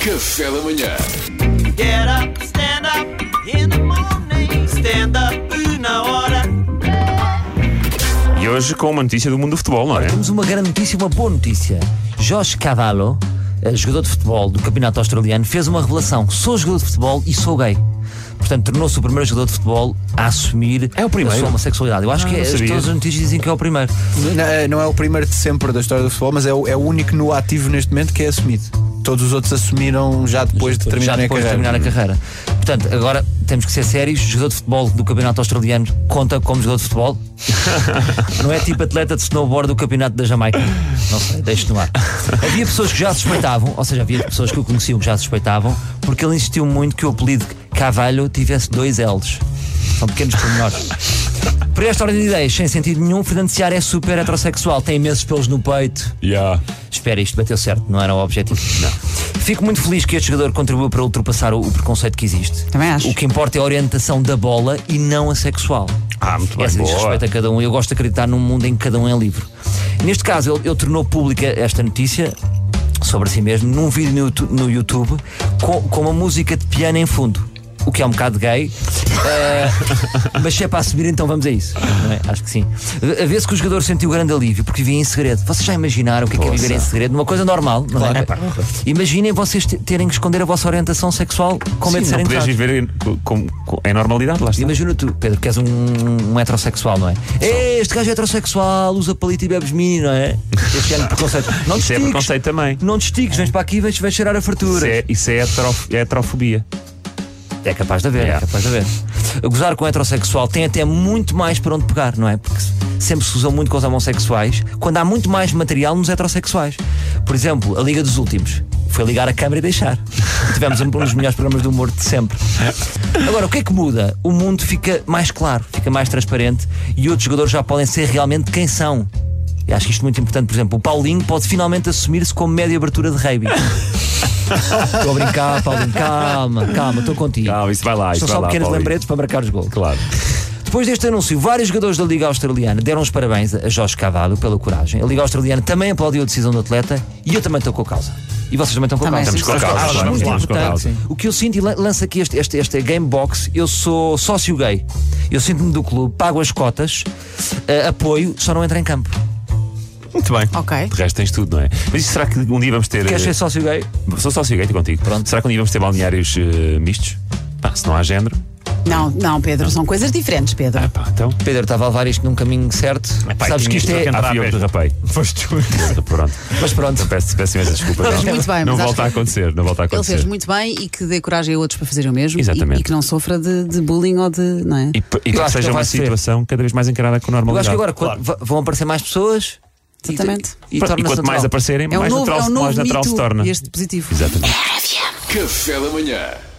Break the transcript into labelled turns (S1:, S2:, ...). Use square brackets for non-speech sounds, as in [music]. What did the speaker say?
S1: Café da manhã.
S2: Get up, stand up in the morning. Stand up na hora.
S3: E hoje com uma notícia do mundo do futebol, não é?
S4: Temos uma grande notícia, uma boa notícia. Jorge Cavallo, eh, jogador de futebol do Campeonato Australiano, fez uma revelação. Sou jogador de futebol e sou gay. Portanto, tornou-se o primeiro jogador de futebol a assumir
S5: É o primeiro? Ah,
S4: a sua homossexualidade. Eu acho que
S3: não
S4: as-
S3: sabia.
S4: todas as notícias dizem que é o primeiro.
S5: Não, é- não é o primeiro de sempre da história do futebol, mas é o, é o único no ativo neste momento que é assumido. Todos os outros assumiram já depois de
S4: já
S5: terminar a
S4: depois de
S5: carreira.
S4: terminar a carreira. Portanto, agora temos que ser sérios. Jogador de futebol do Campeonato Australiano conta como jogador de
S5: [laughs]
S4: futebol. não é tipo atleta de snowboard do Campeonato da Jamaica. Não sei, deixo no ar. Havia pessoas que já suspeitavam, ou seja, havia pessoas que o conheciam que já suspeitavam, porque ele insistiu muito que o apelido Cavalho tivesse dois L's. São pequenos pormenores. Por esta ordem de ideias, sem sentido nenhum, Fernando Seara é super heterossexual, tem imensos pelos no peito.
S3: Yeah.
S4: Espera, isto bateu certo, não era o objetivo. Não. Fico muito feliz que este jogador contribuiu para ultrapassar o, o preconceito que existe.
S6: Também acho.
S4: O que importa é a orientação da bola e não a sexual.
S3: Ah, muito bem,
S4: Essa diz
S3: boa.
S4: respeito a cada um. Eu gosto de acreditar num mundo em que cada um é livre. Neste caso, ele, ele tornou pública esta notícia sobre si mesmo num vídeo no, Youtu- no YouTube com, com uma música de piano em fundo. O que é um bocado gay, eh, mas se é para assumir, então vamos a isso. não é? Acho que sim. A- A vê-se que o jogador sentiu grande alívio porque vivia em segredo. Vocês já imaginaram o que é, que é viver em segredo? Uma coisa normal, não é? Imaginem vocês te- terem que esconder a vossa orientação sexual com medo de
S3: Não
S4: serem
S3: podes
S4: usados.
S3: viver em, com- com- em normalidade, lá está.
S4: Imagina tu, Pedro, que és um, um heterossexual, não é? "Ei, Este gajo é heterossexual, usa palito e bebes mini, não é? Este género de
S3: [laughs]
S4: preconceito. Não te
S3: Isso é
S4: estiques,
S3: preconceito também.
S4: Não te estiques, vens para aqui e vens, vens cheirar a
S3: Isso
S4: fartura.
S3: é, isso é, heterof- é heterofobia.
S4: É capaz de haver, é.
S3: É.
S4: capaz de haver. Gozar com heterossexual tem até muito mais para onde pegar, não é? Porque se- sempre se usam muito com os homossexuais, quando há muito mais material nos heterossexuais. Por exemplo, a Liga dos Últimos. Foi ligar a câmara
S3: [laughs]
S4: e deixar. Tivemos um dos melhores programas de humor de sempre. Agora, o que é que muda? O mundo fica mais claro, fica mais transparente e outros jogadores já podem ser realmente quem são. E acho que isto é muito importante. Por exemplo, o Paulinho pode finalmente assumir-se como média abertura
S3: [laughs]
S4: de rugby. Estou a brincar, Paulinho. Calma, calma, estou contigo.
S3: Não, isso vai lá. Isso
S4: São
S3: vai
S4: só
S3: lá,
S4: pequenos
S3: Paulinho.
S4: lembretes para marcar os gols.
S3: Claro.
S4: Depois deste anúncio, vários jogadores da Liga Australiana deram os parabéns a Jorge Cavallo pela coragem. A Liga Australiana também aplaudiu a decisão do atleta e eu também estou com a causa. E vocês também estão com a
S6: Também,
S4: causa.
S6: sim.
S3: Estamos com a
S4: Acho
S3: causa, claro,
S4: muito
S3: estamos com a
S4: importante.
S3: causa.
S4: O que eu sinto, e lan- lança aqui este, este, este game box, eu sou sócio gay. Eu sinto-me do clube, pago as cotas, eh, apoio, só não entro em campo.
S3: Muito bem.
S6: Ok.
S3: De resto tens tudo, não é? Mas isso será que um dia vamos ter.
S4: Queres ser sócio gay?
S3: eh, Sou sócio gay contigo.
S4: Pronto.
S3: Será que um dia vamos ter balneários eh, mistos? Pá, se não há género.
S6: Não, não, Pedro, são coisas diferentes, Pedro.
S3: Ah, pá, então.
S4: Pedro, estava a levar isto num caminho certo. Sabes que isto é.
S3: Ah, fui eu que derrapei. Foste tu. [laughs] Pronto.
S4: Mas pronto.
S3: Peço, peço imensa desculpa.
S6: Não,
S3: não.
S6: mas muito bem,
S3: não
S6: mas acho
S3: volta a
S6: que-
S3: acontecer. Não volta a
S6: Ele
S3: acontecer.
S6: fez muito bem e que dê coragem a outros para fazerem o mesmo. e-
S3: Exatamente.
S6: E, que não sofra de, de bullying ou de. Não é?
S3: E, p- e
S4: Eu
S3: que
S4: acho que
S3: seja
S4: ele
S3: uma
S4: vai ser.
S3: situação cada vez mais encarada com
S4: Eu
S3: normalidade.
S4: acho que agora quando va- vão aparecer mais pessoas. e-
S6: Exatamente.
S4: E,
S3: E,
S4: torna-se
S3: quanto mais
S4: natural.
S3: aparecerem,
S6: é um
S3: mais,
S6: novo,
S3: natural,
S6: é um
S3: mais
S6: novo
S3: natural
S6: mito
S3: se torna.
S6: este positivo.
S3: Exatamente.
S1: Café da manhã.